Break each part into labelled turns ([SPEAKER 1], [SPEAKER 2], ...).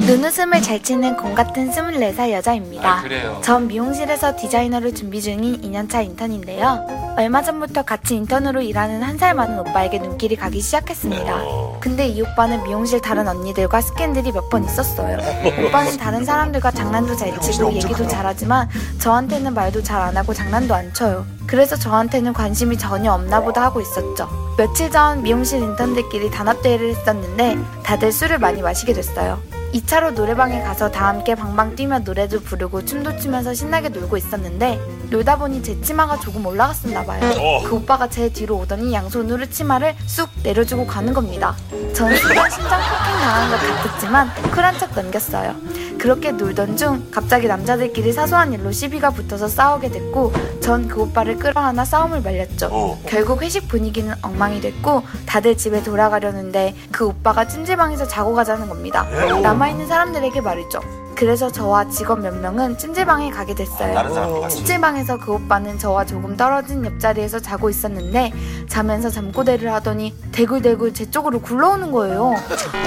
[SPEAKER 1] 눈웃음을 잘 치는 곰 같은 24살 여자입니다.
[SPEAKER 2] 아, 그래요?
[SPEAKER 1] 전 미용실에서 디자이너를 준비 중인 2년차 인턴인데요. 얼마 전부터 같이 인턴으로 일하는 한 살 많은 오빠에게 눈길이 가기 시작했습니다.
[SPEAKER 2] 어.
[SPEAKER 1] 근데 이 오빠는 미용실 다른 언니들과 스캔들이 몇 번 있었어요. 오빠는 다른 사람들과 장난도 잘 치고 얘기도 잘하지만 저한테는 말도 잘 안 하고 장난도 안 쳐요. 그래서 저한테는 관심이 전혀 없나 보다 하고 있었죠. 며칠 전 미용실 인턴들끼리 단합대회를 했었는데 다들 술을 많이 마시게 됐어요. 2차로 노래방에 가서 다 함께 방방 뛰며 노래도 부르고 춤도 추면서 신나게 놀고 있었는데 놀다 보니 제 치마가 조금 올라갔었나 봐요. 그 오빠가 제 뒤로 오더니 양손으로 치마를 쑥 내려주고 가는 겁니다. 저는 순간 심장 폭행 당한 것 같았지만 쿨한 척 넘겼어요. 그렇게 놀던 중 갑자기 남자들끼리 사소한 일로 시비가 붙어서 싸우게 됐고 전 그 오빠를 끌어안아 싸움을 말렸죠. 결국 회식 분위기는 엉망이 됐고 다들 집에 돌아가려는데 그 오빠가 찜질방에서 자고 가자는 겁니다. 남아있는 사람들에게 말이죠. 그래서 저와 직원 몇 명은 찜질방에 가게 됐어요.
[SPEAKER 3] 다른 사람들
[SPEAKER 2] 음.
[SPEAKER 3] 같이
[SPEAKER 1] 찜질방에서 그 오빠는 저와 조금 떨어진 옆자리에서 자고 있었는데 자면서 잠꼬대를 하더니 대굴대굴 제 쪽으로 굴러오는 거예요.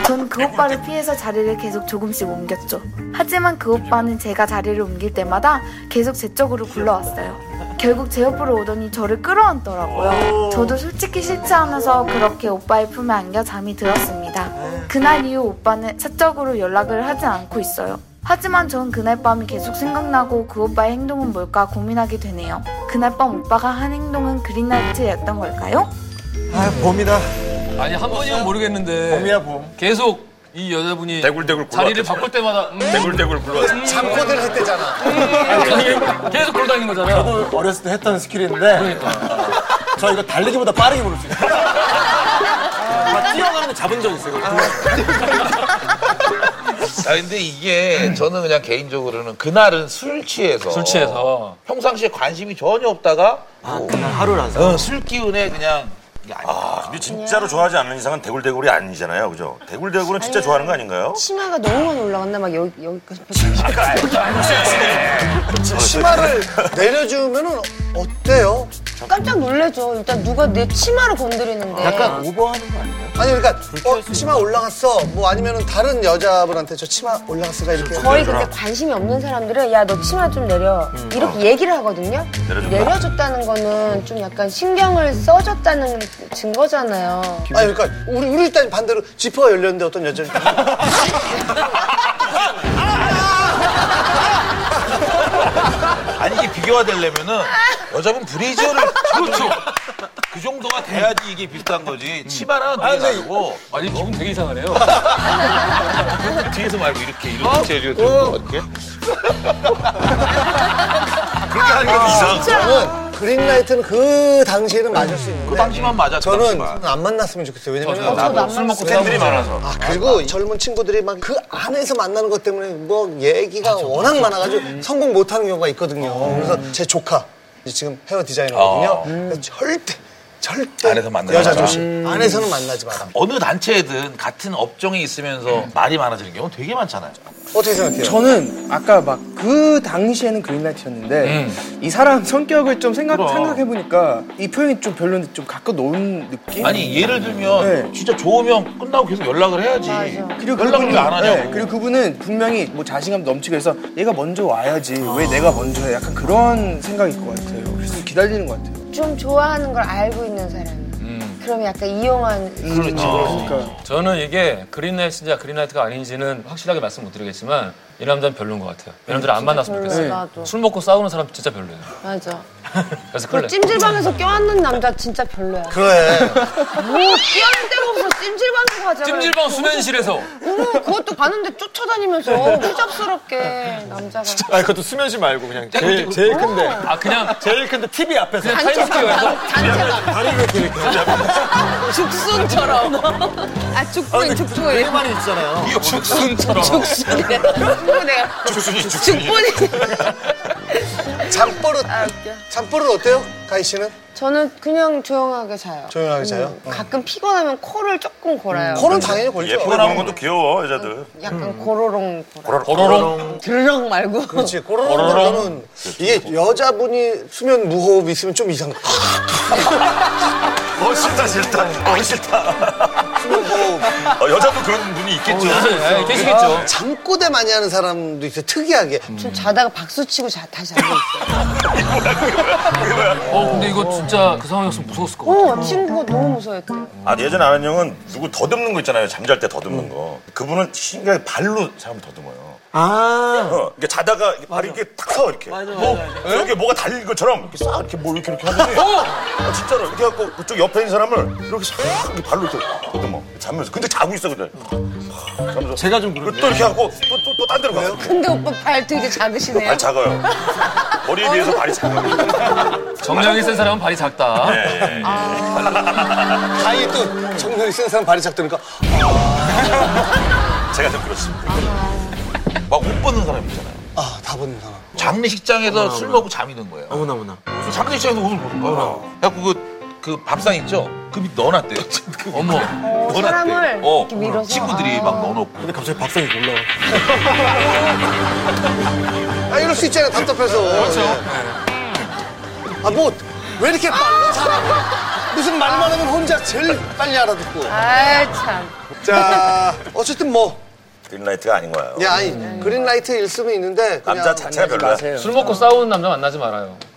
[SPEAKER 1] 전 그 오빠를 피해서 자리를 계속 조금씩 옮겼죠. 하지만 그 오빠는 제가 자리를 옮길 때마다 계속 제 쪽으로 굴러왔어요. 결국 제 옆으로 오더니 저를 끌어안더라고요. 저도 솔직히 싫지 않아서 그렇게 오빠의 품에 안겨 잠이 들었습니다. 그날 이후 오빠는 사적으로 연락을 하진 않고 있어요. 하지만 전 그날 밤이 계속 생각나고 그 오빠의 행동은 뭘까 고민하게 되네요. 그날 밤 오빠가 한 행동은 그린라이트였던 걸까요?
[SPEAKER 3] 아 봄이다
[SPEAKER 2] 아니 한 번이면 모르겠는데
[SPEAKER 3] 봄이야 봄
[SPEAKER 2] 계속 이 여자분이
[SPEAKER 4] 대굴대굴 굴러
[SPEAKER 2] 자리를 바꿀 때마다 음,
[SPEAKER 4] 대굴대굴 굴러왔어
[SPEAKER 3] 잠꼬대를 했대잖아
[SPEAKER 2] 계속 돌다니는 거잖아.
[SPEAKER 3] 어렸을 때 했던 스킬인데 저 이거 달리기보다 빠르게 부를 수 있어요 아, 막 뛰어가는 거 잡은 적 있어요 그거.
[SPEAKER 5] 아 근데 이게 저는 그냥 개인적으로는 그날은 술 취해서
[SPEAKER 2] 술 취해서
[SPEAKER 5] 평상시에 관심이 전혀 없다가 뭐,
[SPEAKER 3] 그냥 하루라서
[SPEAKER 5] 어, 술 기운에 그냥 이게 아니야.
[SPEAKER 4] 아, 근데 진짜로 좋아하지 않는 이상은 대굴대굴이 아니잖아요 그죠? 대굴대굴은 진짜 좋아하는 거 아닌가요?
[SPEAKER 6] 치마가 너무 많이 올라갔나 막 여기 그 여기까지 펴-
[SPEAKER 7] 그
[SPEAKER 3] 치마를 내려주면 어때요?
[SPEAKER 6] 깜짝 놀래죠. 일단 누가 내 치마를 건드리는데
[SPEAKER 3] 약간 아, 오버하는 거 아니에요?
[SPEAKER 7] 아니 그러니까 어, 치마 올라갔어 뭐 아니면은 다른 여자분한테 저 치마 올라갔을까 이렇게
[SPEAKER 6] 거의 근데 관심이 없는 사람들은 야 너 치마 좀 내려 이렇게 얘기를 하거든요.
[SPEAKER 4] 내려준다.
[SPEAKER 6] 내려줬다는 거는 좀 약간 신경을 써줬다는 증거잖아요.
[SPEAKER 7] 아니 그러니까 우리 우리 일단 반대로 지퍼가 열렸는데 어떤 여자
[SPEAKER 5] 아니 이게 비교가 되려면은 여자분 브레이저를 그렇죠. 음. 그 정도가 돼야지 이게 비슷한 거지 치마랑은 되게 다르고
[SPEAKER 2] 아니 기분 되게 이상하네요.
[SPEAKER 5] 뒤에서 말고 이렇게 이렇게 이렇게 이렇게
[SPEAKER 4] 그렇게 하는
[SPEAKER 5] 아.
[SPEAKER 4] 게 이상한
[SPEAKER 7] 저는 그린라이트는 그 당시에는 맞을 수 있는데
[SPEAKER 5] 그 당시만 맞아 그
[SPEAKER 7] 저는
[SPEAKER 5] 당시만.
[SPEAKER 7] 안 만났으면 좋겠어요 왜냐면
[SPEAKER 6] 저도 안
[SPEAKER 5] 술 먹고
[SPEAKER 4] 팬들이 많아서
[SPEAKER 7] 아 그리고 젊은 친구들이 막 그 안에서 만나는 것 때문에 뭐 얘기가 워낙 많아가지고 성공 못하는 경우가 있거든요 그래서 제 조카 이제 지금 헤어 디자이너거든요
[SPEAKER 5] 어.
[SPEAKER 7] 그래서 절대 절대
[SPEAKER 5] 안에서 만나지
[SPEAKER 7] 여자
[SPEAKER 5] 마라.
[SPEAKER 7] 조심 안에서는 만나지 마라
[SPEAKER 5] 어느 단체든 같은 업종에 있으면서 말이 많아지는 경우 되게 많잖아요.
[SPEAKER 7] 어떻게 생각해요?
[SPEAKER 8] 저는 아까 막 그 당시에는 그린라이트였는데
[SPEAKER 3] 음.
[SPEAKER 8] 이 사람 성격을 좀 생각
[SPEAKER 5] 그럼.
[SPEAKER 8] 생각해 보니까 이 표현이 좀 별론데 좀 가끔 놓은 느낌.
[SPEAKER 5] 아니 예를 들면
[SPEAKER 8] 네.
[SPEAKER 5] 진짜 좋으면 끝나고 계속 연락을 해야지. 연락을
[SPEAKER 8] 그분이-
[SPEAKER 5] 왜 안 하냐고.
[SPEAKER 8] 네, 그리고 그분은 분명히 뭐 자신감 넘치고 해서 얘가 먼저 와야지 왜 내가 먼저 해 약간 그런 생각일 것 같아요. 그래서 기다리는 것 같아요.
[SPEAKER 6] 좀 좋아하는 걸 알고 있는 사람. 그럼 약간 이용한
[SPEAKER 3] 어.
[SPEAKER 8] 그러니까
[SPEAKER 2] 저는 이게 그린라이트인지 그린라이트가 아닌지는 확실하게 말씀 못 드리겠지만 이 남자는 별로인 것 같아요. 이 남자를 안 만났으면
[SPEAKER 6] 별로야,
[SPEAKER 2] 좋겠어요.
[SPEAKER 6] 나도.
[SPEAKER 2] 술 먹고 싸우는 사람 진짜 별로예요.
[SPEAKER 6] 맞아.
[SPEAKER 2] 그래서
[SPEAKER 6] 그
[SPEAKER 2] 끌래.
[SPEAKER 6] 찜질방에서 껴안는 남자 진짜 별로야.
[SPEAKER 7] 그래
[SPEAKER 6] 뭐 끼어는 데가 없어 찜질방에서 가잖아.
[SPEAKER 2] 찜질방 수면실에서
[SPEAKER 6] 어머 그것도 가는데 쫓아다니면서 후잡스럽게 남자가
[SPEAKER 3] 아 그것도 수면실 말고 그냥 제일, 제일 큰데
[SPEAKER 2] 아 그냥
[SPEAKER 3] 제일 큰데 TV 앞에서
[SPEAKER 6] 네. 단체가 단체가
[SPEAKER 3] 다리를 이렇게 이렇게
[SPEAKER 6] 죽순처럼 아 죽순 죽순
[SPEAKER 3] 많이 그 있잖아요
[SPEAKER 6] 죽순처럼 죽순이래 죽순이야
[SPEAKER 4] 죽순이 죽순이
[SPEAKER 6] 죽순이
[SPEAKER 7] 잠버릇
[SPEAKER 6] 아 웃겨
[SPEAKER 7] 잠버릇 어때요? 가희 씨는?
[SPEAKER 6] 저는 그냥 조용하게 자요
[SPEAKER 7] 조용하게 자요?
[SPEAKER 3] 어.
[SPEAKER 6] 음, 가끔 피곤하면 코를 조금 골아요
[SPEAKER 3] 음,
[SPEAKER 7] 코는 당연히 골죠.
[SPEAKER 4] 예쁘게 보는 것도 귀여워 여자들
[SPEAKER 6] 약간 고로롱 골아
[SPEAKER 3] 음.
[SPEAKER 2] 오로롱
[SPEAKER 6] 드르렁 말고
[SPEAKER 7] 그렇지. 꼬르륵은 이게 여자분이 수면 무호흡 있으면 좀 이상.
[SPEAKER 4] 어 싫다 싫다 어 싫다 어, 여자도 그런 분이 있겠죠.
[SPEAKER 2] 네,
[SPEAKER 7] 아.
[SPEAKER 2] 계시겠죠.
[SPEAKER 7] 잠꼬대 많이 하는 사람도 있어요. 특이하게.
[SPEAKER 4] 음.
[SPEAKER 6] 좀 자다가 박수 치고 자, 다시 앉아 있어.
[SPEAKER 2] 어, 근데 이거 진짜 그 상황이었으면 무서웠을 것 같아.
[SPEAKER 6] 어, 친구가 너무 무서워했대.
[SPEAKER 4] 아, 예전에 아는 형은 누구 더듬는 거 있잖아요. 잠잘 때 더듬는 거. 그분은 신기하게 발로 사람을 더듬어요.
[SPEAKER 3] 아.
[SPEAKER 4] 어, 이렇게 자다가 이렇게 발이 이렇게 탁 서요, 이렇게. 맞아, 뭐, 여기 뭐가 달린 것처럼 이렇게 싹 이렇게 뭐 이렇게 이렇게 하는데. 아, 진짜로. 이렇게 해갖고 그쪽 옆에 있는 사람을 이렇게 싹 이렇게 발로 이렇게 더듬어. 자면서. 근데 자고 있어, 근데. 자면서.
[SPEAKER 3] 제가 좀
[SPEAKER 4] 그리고
[SPEAKER 3] 그런데.
[SPEAKER 4] 또 이렇게 하고 또, 또, 또 딴 데로 가요.
[SPEAKER 6] 근데 오빠 발 되게 작으시네요.
[SPEAKER 4] 발 작아요. 머리에 비해서 발이 작아요.
[SPEAKER 2] 정량이 센 사람은 발이 작다.
[SPEAKER 4] 예, 예, 예.
[SPEAKER 7] 아예 또 정면이 센 사람 발이 작다니까.
[SPEAKER 4] 제가 좀 그렇습니다.
[SPEAKER 5] 막 옷 벗는 사람 있잖아요.
[SPEAKER 7] 아, 다 벗는 사람.
[SPEAKER 5] 장례식장에서 술 먹고 잠이 든 거예요.
[SPEAKER 3] 어머나, 어머나.
[SPEAKER 5] 그래서 장례식장에서 옷을 벗은 거야. 그래갖고 그, 그 밥상 있죠? 그 밑 넣어놨대요. 그
[SPEAKER 2] 어머.
[SPEAKER 5] 넣어놨대.
[SPEAKER 6] 사람을
[SPEAKER 5] 어,
[SPEAKER 6] 이렇게 밀어서.
[SPEAKER 5] 친구들이
[SPEAKER 6] 아.
[SPEAKER 5] 막 넣어놓고.
[SPEAKER 3] 근데 갑자기 밥상이 올라와.
[SPEAKER 7] 아, 이럴 수 있잖아요. 답답해서. 그렇죠. 아, 뭐, 왜 이렇게 빨라, 사람 무슨 말만 하면 혼자 제일 빨리 알아듣고.
[SPEAKER 6] 아, 참.
[SPEAKER 7] 자, 어쨌든 뭐.
[SPEAKER 4] 그린라이트가 아닌 거예요.
[SPEAKER 7] 야, 아니, 그린라이트 일수는 있는데. 그냥 네,
[SPEAKER 4] 남자 자체가
[SPEAKER 7] 만나지
[SPEAKER 4] 별로야.
[SPEAKER 7] 마세요.
[SPEAKER 2] 술 먹고 싸우는 남자 만나지 말아요.